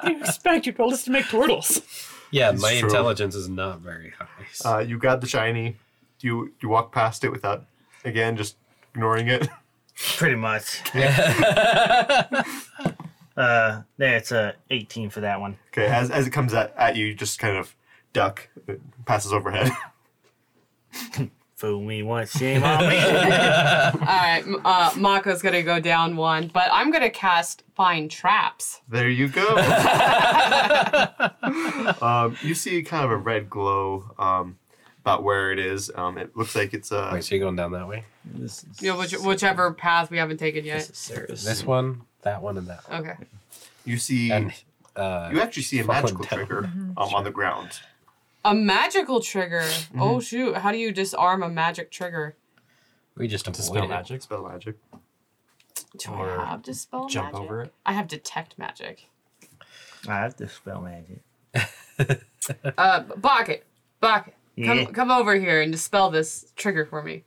Speaker 4: you expect you told us to make turtles.
Speaker 9: Yeah,
Speaker 1: It's
Speaker 9: my
Speaker 1: true.
Speaker 9: intelligence is not very high. so-
Speaker 1: Uh, you grab the shiny. You you walk past it without, again, just ignoring it.
Speaker 5: Pretty much. uh, that's a 18 for that one.
Speaker 1: Okay, as, as it comes at, at you, you just kind of duck. It passes overhead.
Speaker 5: Fool me once, shame on me.
Speaker 6: All right, m- uh, Mako's gonna go down one, but I'm gonna cast Find Traps.
Speaker 1: There you go. um, you see kind of a red glow um, about where it is. Um, it looks like it's a.
Speaker 9: Wait, so you're going down that way?
Speaker 3: This is
Speaker 6: You know, which, whichever path we haven't taken yet.
Speaker 9: This one, that one, and that one.
Speaker 6: Okay.
Speaker 1: You see.
Speaker 9: And uh,
Speaker 1: you actually see a
Speaker 9: Fuck
Speaker 1: magical
Speaker 9: with that.
Speaker 1: trigger um, on the ground.
Speaker 6: A magical trigger. Oh shoot! How do you disarm a magic trigger?
Speaker 9: we just
Speaker 7: Dispel
Speaker 9: avoided it.
Speaker 7: magic.
Speaker 1: Spell magic.
Speaker 6: Do
Speaker 7: Or
Speaker 6: I have dispel
Speaker 7: Jump
Speaker 6: magic?
Speaker 7: over it.
Speaker 6: I have detect magic.
Speaker 5: I have to spell magic.
Speaker 6: Uh, Bucket, Bucket, come
Speaker 5: Yeah.
Speaker 6: come over here and dispel this trigger for me.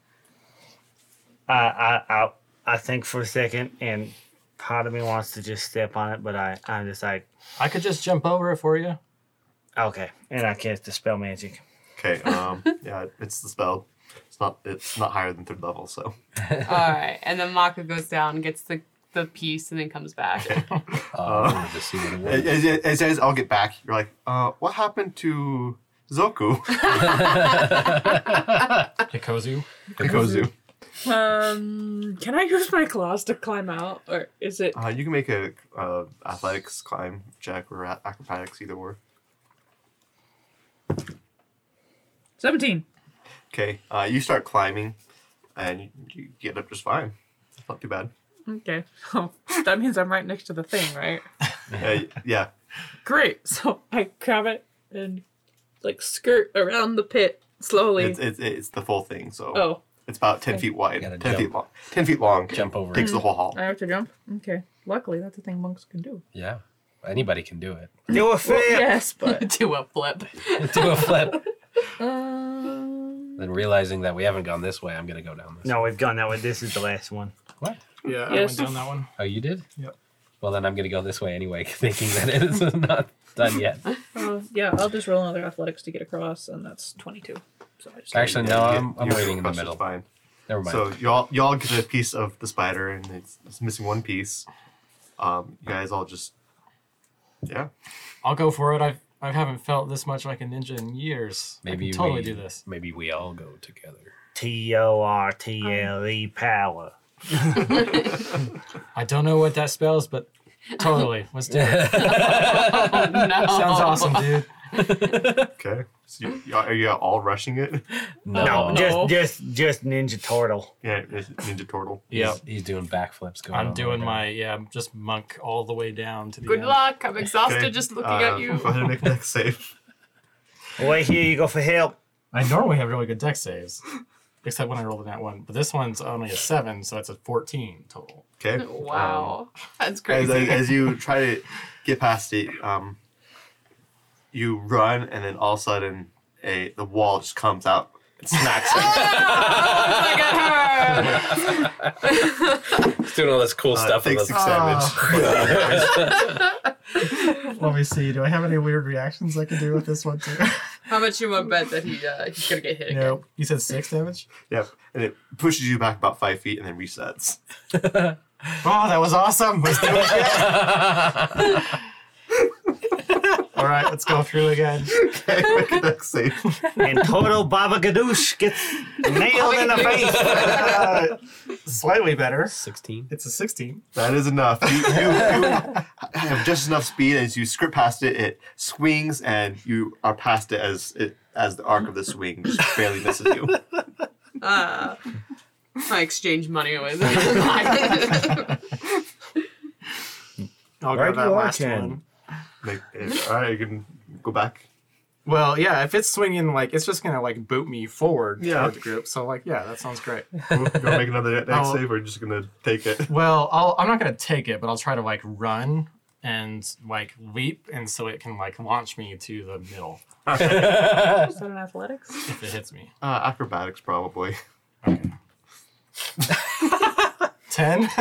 Speaker 5: I, I, I, I think for a second, and part of me wants to just step on it, but I, I'm just like,
Speaker 7: I could just jump over it for you.
Speaker 5: okay. And I cast dispel magic.
Speaker 1: Okay. Um, yeah, it's the spell. It's not. It's not higher than third level. So.
Speaker 6: All right, and then Mako goes down, gets the the piece, and then comes back.
Speaker 9: Uh, I wanted to see what it
Speaker 1: As,
Speaker 9: was.
Speaker 1: as, as, as I'll get back, you're like, uh, what happened to Zoku?
Speaker 7: Hikozu.
Speaker 1: Kozu.
Speaker 4: Um, can I use my claws to climb out, or is it?
Speaker 1: Uh, you can make a uh, athletics climb check or a- acrobatics, either or.
Speaker 4: Seventeen.
Speaker 1: Okay, uh, you start climbing, and you, you get up just fine. It's not too bad.
Speaker 4: Okay. Oh, that means I'm right next to the thing, right?
Speaker 1: Uh, yeah,
Speaker 4: Great. So I grab it and like skirt around the pit slowly.
Speaker 1: it's, it's it's the full thing. So
Speaker 4: oh,
Speaker 1: it's about ten feet wide,
Speaker 9: Gotta
Speaker 1: ten
Speaker 9: jump.
Speaker 1: feet long, ten feet long.
Speaker 9: Jump over
Speaker 1: takes
Speaker 9: it.
Speaker 1: the whole hall.
Speaker 4: I have to jump. Okay. Luckily, that's a thing monks can do.
Speaker 9: Yeah. Anybody can do it.
Speaker 5: Do a flip.
Speaker 4: Yes, but
Speaker 6: Do a flip.
Speaker 9: do a flip.
Speaker 4: um,
Speaker 9: Then realizing that we haven't gone this way, I'm gonna go down this.
Speaker 5: No, we've gone that way. This is the last one.
Speaker 9: What?
Speaker 7: Yeah,
Speaker 4: Yes.
Speaker 7: I went down that one.
Speaker 9: Oh, you did?
Speaker 7: Yep.
Speaker 9: Well, then I'm gonna go this way anyway, thinking that it's not done yet.
Speaker 4: uh, yeah, I'll just roll another athletics to get across, and that's twenty-two. So I just
Speaker 9: Actually,
Speaker 1: Yeah,
Speaker 9: no,
Speaker 1: you get-
Speaker 9: I'm, I'm
Speaker 1: you get
Speaker 9: waiting in the
Speaker 1: across,
Speaker 9: middle.
Speaker 1: it's Fine.
Speaker 9: Never mind.
Speaker 1: So y'all y'all get a piece of the spider, and it's, it's missing one piece. Um, you guys all just yeah.
Speaker 7: I'll go for it. I've I haven't felt this much like a ninja in years.
Speaker 9: maybe
Speaker 7: I can totally
Speaker 9: we,
Speaker 7: do this.
Speaker 9: Maybe we all go together.
Speaker 5: T O R T L E power.
Speaker 7: I don't know what that spells, but
Speaker 2: Totally. Let's do it.
Speaker 6: Oh, no.
Speaker 9: Sounds awesome, dude.
Speaker 1: Okay. So you, you- are you all rushing it?
Speaker 5: No,
Speaker 4: no.
Speaker 5: just just just Ninja Turtle.
Speaker 1: Yeah, it's Ninja Turtle.
Speaker 2: Yep.
Speaker 9: He's, he's doing backflips. Going
Speaker 2: I'm
Speaker 9: on
Speaker 2: doing
Speaker 9: right
Speaker 2: my yeah, I'm just monk all the way down to the
Speaker 8: Good
Speaker 2: end.
Speaker 8: luck. I'm exhausted
Speaker 1: Okay,
Speaker 8: just looking
Speaker 1: uh,
Speaker 8: at you.
Speaker 1: Go ahead and make that save.
Speaker 5: Wait here, you go for help.
Speaker 2: I normally have really good deck saves, except when I rolled in that one. But this one's only a seven, so that's a fourteen total.
Speaker 1: Okay. Um,
Speaker 8: Wow. That's
Speaker 1: as,
Speaker 8: crazy.
Speaker 1: as you try to get past it, um, you run, and then all of a sudden, a the wall just comes out and smacks
Speaker 8: Oh
Speaker 1: you.
Speaker 9: now. He's doing all this cool
Speaker 1: Uh,
Speaker 9: stuff.
Speaker 1: takes
Speaker 9: with
Speaker 1: six
Speaker 9: us.
Speaker 1: damage.
Speaker 7: Let me see. Do I have any weird reactions I can do with this one too?
Speaker 8: How much you want to bet that he uh, he's gonna get hit again?
Speaker 7: no. You said six damage.
Speaker 1: yep. And it pushes you back about five feet, and then resets.
Speaker 7: Wow, Oh, that was awesome. Let's do it again. All right, let's go through again.
Speaker 1: Okay. Make a deck save.
Speaker 5: And Turtle Baba Gadoosh gets nailed in the face.
Speaker 7: Uh, slightly better.
Speaker 9: 16.
Speaker 7: It's a sixteen.
Speaker 1: That is enough. You, you, you have just enough speed as you skirt past it. It swings, and you are past it as it as the arc of the swing just barely misses you.
Speaker 8: Uh, I exchange money with. I
Speaker 7: I'll
Speaker 5: Right
Speaker 7: grab that
Speaker 5: you are,
Speaker 7: last
Speaker 5: Ken.
Speaker 7: one.
Speaker 1: Like, eh, all right, you can go back.
Speaker 7: Well, yeah, if it's swinging, like it's just gonna like boot me forward
Speaker 1: Yeah.
Speaker 7: toward the group. So like, yeah, that sounds great.
Speaker 1: You want to make another deck
Speaker 7: Oh.
Speaker 1: save, or just gonna take it?
Speaker 7: Well, I'll, I'm not gonna take it, but I'll try to like run and like leap, and so it can like launch me to the middle
Speaker 4: Is that an athletics?
Speaker 2: if it hits me.
Speaker 1: Uh, acrobatics, probably.
Speaker 7: ten.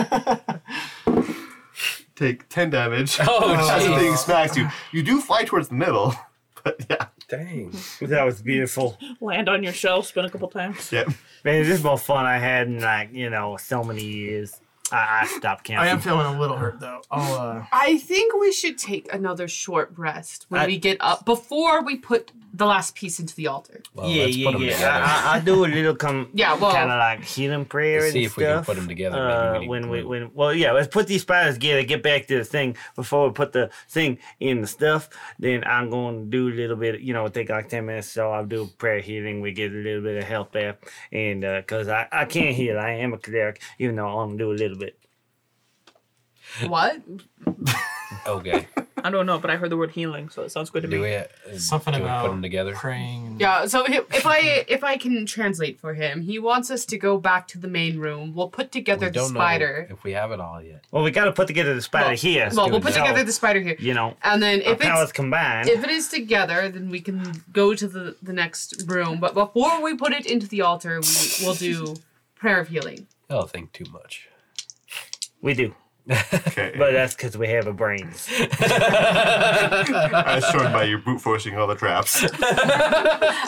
Speaker 1: Take 10 damage.
Speaker 9: Oh,
Speaker 1: As the
Speaker 9: jeez.
Speaker 1: thing smacks you. You do fly towards the middle, but yeah.
Speaker 9: Dang.
Speaker 5: That was beautiful.
Speaker 4: Land on your shell, spin a couple times.
Speaker 1: Yep.
Speaker 5: Man, this is more fun I had in like, you know, so many years. I, I stopped
Speaker 7: I
Speaker 5: counting.
Speaker 7: am feeling a little hurt though. I'll uh,
Speaker 8: think we should take another short rest when
Speaker 5: I-
Speaker 8: we get up before we put the last piece into the altar.
Speaker 9: Well,
Speaker 5: yeah,
Speaker 9: let's
Speaker 5: yeah,
Speaker 9: put them
Speaker 5: yeah.
Speaker 9: together.
Speaker 5: I, I, I do a little com-
Speaker 8: Yeah, well-
Speaker 5: kind of like healing prayer
Speaker 9: Let's
Speaker 5: and
Speaker 9: see if we can
Speaker 5: stuff.
Speaker 9: put them together. Maybe
Speaker 5: uh,
Speaker 9: we need
Speaker 5: when we
Speaker 9: glue.
Speaker 5: when well yeah let's put these spiders together get back to the thing before we put the thing in the stuff then i'm going to do a little bit you know take like 10 minutes so i'll do prayer healing we get a little bit of help there and because I, I can't heal i am a cleric even though i only do a little bit
Speaker 8: What?
Speaker 9: Okay.
Speaker 4: I don't know, but I heard the word healing, so it sounds good to
Speaker 9: Do
Speaker 4: me.
Speaker 9: we, uh,
Speaker 2: Something
Speaker 9: do
Speaker 2: about
Speaker 9: we put them together?
Speaker 2: Praying. and-
Speaker 8: Yeah. So if if I if I can translate for him, he wants us to go back to the main room. We'll put together
Speaker 9: we
Speaker 8: the
Speaker 9: don't
Speaker 8: spider.
Speaker 9: know if we have it all yet.
Speaker 5: well we got to put together the spider
Speaker 8: Well,
Speaker 5: here
Speaker 8: well, we'll
Speaker 9: it
Speaker 8: put
Speaker 5: now.
Speaker 8: together the spider here,
Speaker 5: you know
Speaker 8: and then
Speaker 5: our
Speaker 8: if
Speaker 5: powers
Speaker 8: it's
Speaker 5: combined
Speaker 8: if it is together, then we can go to the the next room. But before we put it into the altar, we will do prayer of healing.
Speaker 9: I'll think too much.
Speaker 5: we do
Speaker 1: Okay.
Speaker 5: but that's because we have a brains
Speaker 1: As shown by you brute forcing all the traps.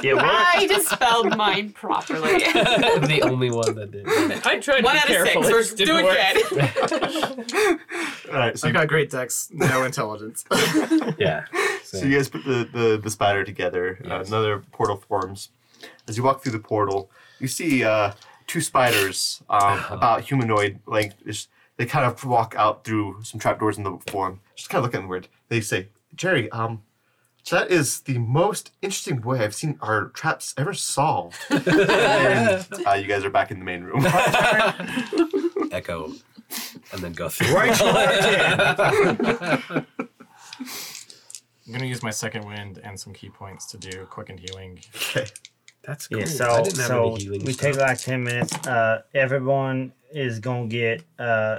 Speaker 5: yeah well,
Speaker 6: I just spelled mine properly.
Speaker 9: the only one that did.
Speaker 4: I tried
Speaker 8: One
Speaker 4: to
Speaker 8: out
Speaker 4: be
Speaker 8: of
Speaker 4: careful. it
Speaker 8: six.
Speaker 4: just
Speaker 8: We're
Speaker 4: didn't
Speaker 8: doing
Speaker 4: work.
Speaker 8: good.
Speaker 1: All right. So,
Speaker 7: I've
Speaker 1: you,
Speaker 7: got great decks, no intelligence.
Speaker 9: Yeah.
Speaker 1: so you guys put the, the, the spider together. Uh,
Speaker 9: Yes.
Speaker 1: another portal forms. As you walk through the portal, you see uh, two spiders, um, about humanoid length. Just- They kind of walk out through some trapdoors in the form. Just kind of looking weird. They say, Jerry, um, that is the most interesting way I've seen our traps ever solved. and uh, you guys are back in the main room.
Speaker 9: Echo, and then go through.
Speaker 5: right
Speaker 2: I'm gonna use my second wind and some key points to do quickened healing.
Speaker 1: okay.
Speaker 9: That's cool.
Speaker 5: Yeah, so
Speaker 9: I didn't have
Speaker 5: so
Speaker 9: any healing
Speaker 5: we
Speaker 9: stuff.
Speaker 5: take like ten minutes. Uh, everyone is gonna get uh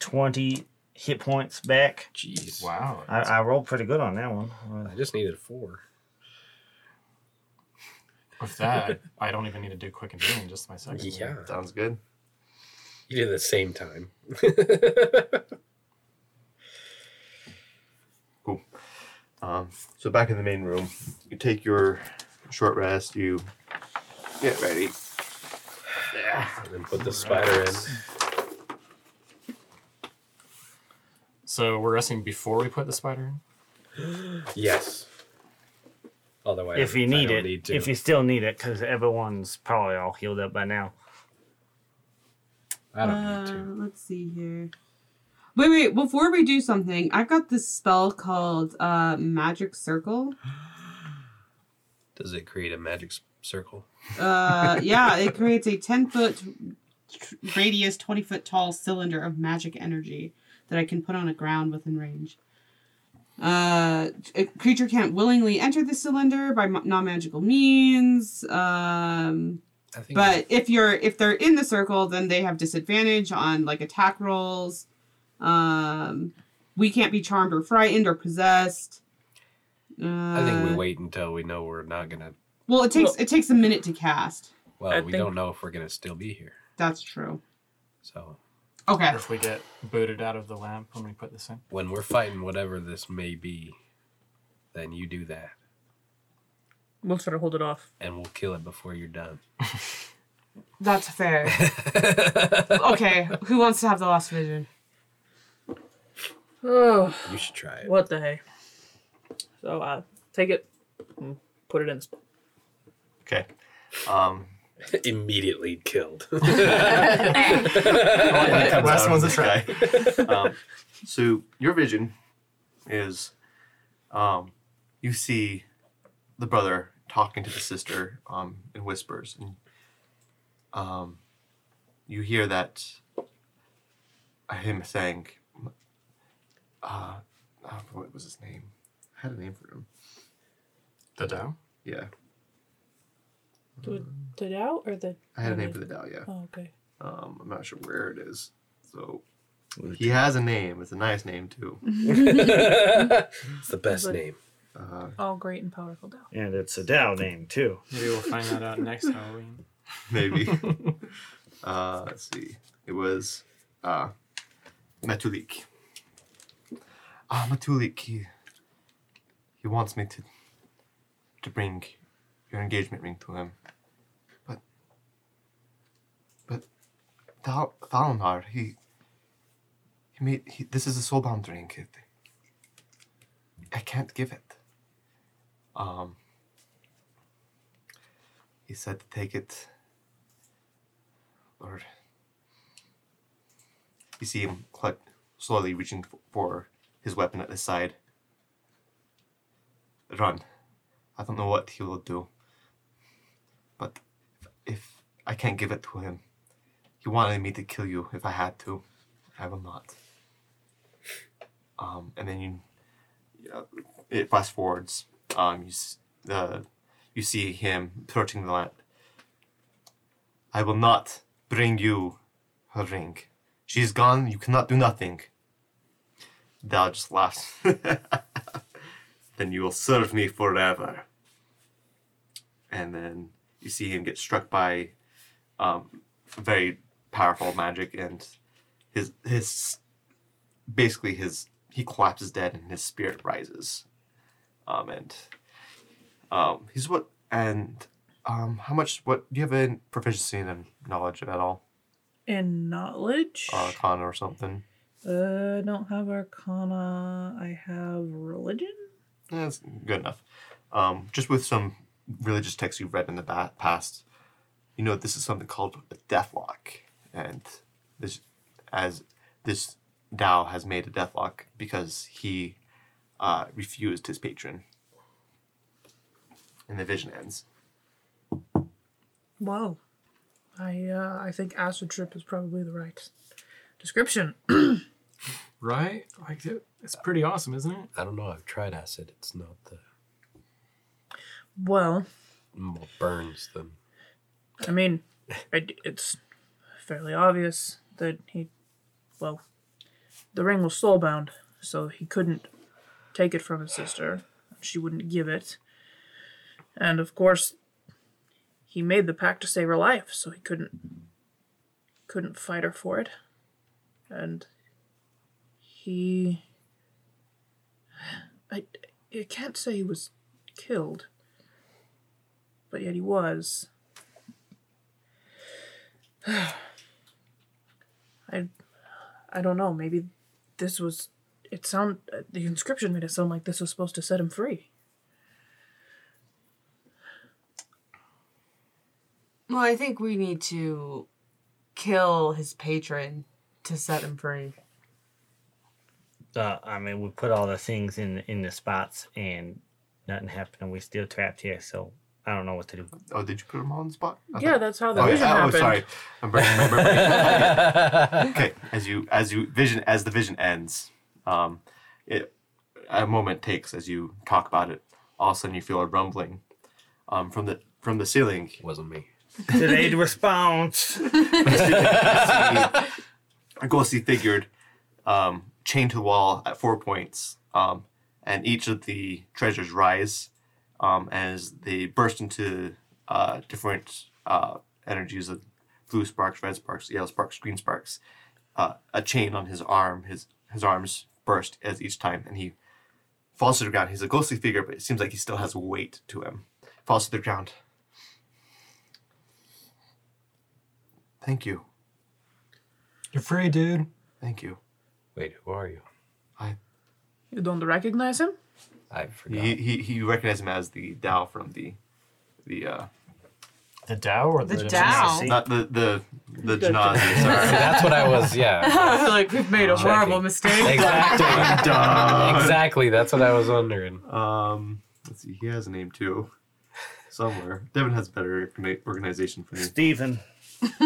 Speaker 5: twenty hit points back.
Speaker 9: Jeez.
Speaker 2: Wow.
Speaker 5: I, I rolled pretty good on that one.
Speaker 9: I just needed four.
Speaker 2: With that, I don't even need to do quickened healing. Just my second. wind.
Speaker 1: Sounds good.
Speaker 9: You did it at the same time.
Speaker 1: Um, so back in the main room, you take your short rest. You get ready.
Speaker 9: And then put the spider in.
Speaker 2: So we're resting before we put the spider in.
Speaker 9: Yes. Otherwise,
Speaker 5: if you
Speaker 9: I
Speaker 5: need
Speaker 9: don't
Speaker 5: it,
Speaker 9: need to.
Speaker 5: if you still need it, because everyone's probably all healed up by now.
Speaker 9: I don't need to.
Speaker 6: let's see Uh, here. Wait, wait. Before we do something, I've got this spell called uh, Magic Circle.
Speaker 9: Does it create a magic s- circle?
Speaker 6: Uh, yeah, it creates a ten foot tr- radius, twenty foot tall cylinder of magic energy that I can put on a ground within range. Uh, a creature can't willingly enter the cylinder by non magical means. Um,
Speaker 9: I think.
Speaker 6: But if you're if they're in the circle, then they have disadvantage on like attack rolls. Um, we can't be charmed or frightened or possessed. Uh,
Speaker 9: I think we wait until we know we're not gonna.
Speaker 6: Well, it takes
Speaker 4: Well-
Speaker 6: it takes a minute to cast.
Speaker 9: Well,
Speaker 4: I
Speaker 9: we
Speaker 4: think-
Speaker 9: don't know if we're gonna still be here.
Speaker 6: That's true.
Speaker 9: So
Speaker 6: Okay.
Speaker 2: Or if we get booted out of the lab when we put this in.
Speaker 9: when we're fighting whatever this may be, then you do that,
Speaker 4: We'll try to hold it off.
Speaker 9: and we'll kill it before you're done.
Speaker 6: That's fair. okay. Who wants to have the last vision?
Speaker 4: Oh,
Speaker 9: you should try it.
Speaker 4: what the hey? So I take it and put it in. this-
Speaker 1: Okay. Um,
Speaker 9: Immediately killed.
Speaker 7: Oh, Last one's a
Speaker 1: try. um, so your vision is um, you see the brother talking to the sister um, in whispers and um, you hear that him saying uh, uh, what was his name I had a name for him
Speaker 7: The Dow?
Speaker 1: yeah
Speaker 4: Do The Dow or the.
Speaker 1: I had a name for the Dow yeah
Speaker 4: Oh, okay.
Speaker 1: um, I'm not sure where it is so he has a name it's a nice name too
Speaker 9: it's the best name.
Speaker 1: uh,
Speaker 4: All great and powerful Dow.
Speaker 5: And it's a Dow name, too.
Speaker 7: Maybe we'll find that out next Halloween.
Speaker 1: maybe. uh, let's see. It was uh, Matulik. Ah, Matulik. He, he wants me to to bring your engagement ring to him, but but Thal- Thalinar, he he made he, this is a soulbound ring. It, I can't give it. Um. He said to take it Lord. You see him clut, slowly reaching f- for his weapon at his side. Run. I don't know what he will do. But if, if I can't give it to him, he wanted me to kill you if I had to. I will not. Um, and then you, yeah, it fast forwards. Um, you, s- the, you see him approaching the land. I will not bring you her ring. She's gone. You cannot do nothing. Thou just laughs. then you will serve me forever. And then you see him get struck by um, very powerful magic, and his his basically his he collapses dead, and his spirit rises. Um, and um, he's what and um, how much? What do you have a proficiency in knowledge at all?
Speaker 4: In knowledge?
Speaker 1: Or Arcana or something?
Speaker 4: Uh, I don't have Arcana. I have religion.
Speaker 1: That's Eh, good enough. Um, just with some religious texts you've read in the ba- past, you know this is something called a deathlock, and this as this Dao has made a deathlock because he uh, refused his patron, and the vision ends.
Speaker 4: Wow. I uh, I think acid trip is probably the right description.
Speaker 7: Right? Like, it- it's pretty awesome, isn't it?
Speaker 9: I don't know. I've tried acid. It's not the
Speaker 4: Well,
Speaker 9: more burns than
Speaker 4: I mean, it, it's fairly obvious that he, well, the ring was soulbound, so he couldn't take it from his sister. She wouldn't give it, and of course, he made the pact to save her life, so he couldn't couldn't fight her for it, and he. I, I can't say he was killed, but yet he was. I, I don't know. Maybe this was. It sound uh, the inscription made it sound like this was supposed to set him free.
Speaker 6: Well, I think we need to kill his patron to set him free.
Speaker 5: uh, I mean, we put all the things in in the spots and nothing happened, and we still trapped here. So I don't know what to do.
Speaker 1: Oh, did you put him on the spot? I
Speaker 4: Yeah, that's how the
Speaker 1: Oh,
Speaker 4: vision
Speaker 1: yeah. oh,
Speaker 4: happened.
Speaker 1: sorry. I'm breaking my memory. okay, as you as you vision as the vision ends, um, it a moment takes as you talk about it. All of a sudden, you feel a rumbling um, from the from the ceiling.
Speaker 9: wasn't me.
Speaker 5: Delayed response.
Speaker 1: A ghostly figured um, chained to the wall at four points, um, and each of the treasures rise um, as they burst into uh, different uh, energies of blue sparks, red sparks, yellow sparks, green sparks. Uh, a chain on his arm, his his arms burst as each time, and he falls to the ground. He's a ghostly figure, but it seems like he still has weight to him. Falls to the ground. Thank you,
Speaker 7: You're free, dude.
Speaker 1: thank you.
Speaker 9: Wait, who are you?
Speaker 4: You don't recognize him?
Speaker 9: I forgot.
Speaker 1: He he he recognized him as the Dao from the the uh
Speaker 2: The Dow or the,
Speaker 6: The Dow.
Speaker 1: not the the the
Speaker 4: The
Speaker 1: Janazi,
Speaker 9: See,
Speaker 1: sorry.
Speaker 9: that's what I was. Yeah,
Speaker 8: I feel like we've made a horrible mistake.
Speaker 9: exactly.
Speaker 1: Dun.
Speaker 9: exactly. That's what I was wondering.
Speaker 1: Um let's see, he has a name too. Somewhere. Devin has better organa- organization for names.
Speaker 5: Stephen.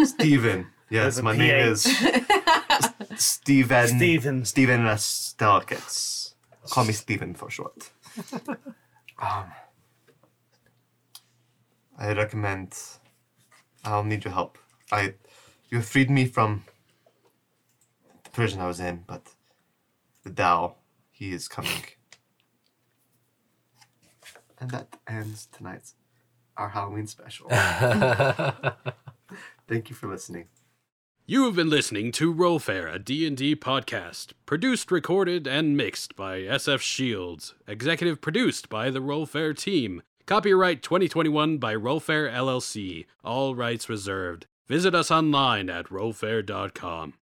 Speaker 1: Steven. Yes,
Speaker 5: There's a
Speaker 1: my name
Speaker 5: PH.
Speaker 1: is S- Steven
Speaker 5: Steven.
Speaker 1: Steven Stelkitz. Call me Steven for short. um, I recommend I'll need your help. I you freed me from the prison I was in, but the Tao, he is coming. And that ends tonight's our Halloween special. Thank you for listening.
Speaker 11: You have been listening to Rollfair, a D&D podcast, produced, recorded, and mixed by SF Shields, executive produced by the Rollfair team. Copyright 2021 by Rollfair LLC, all rights reserved. Visit us online at rollfair.com.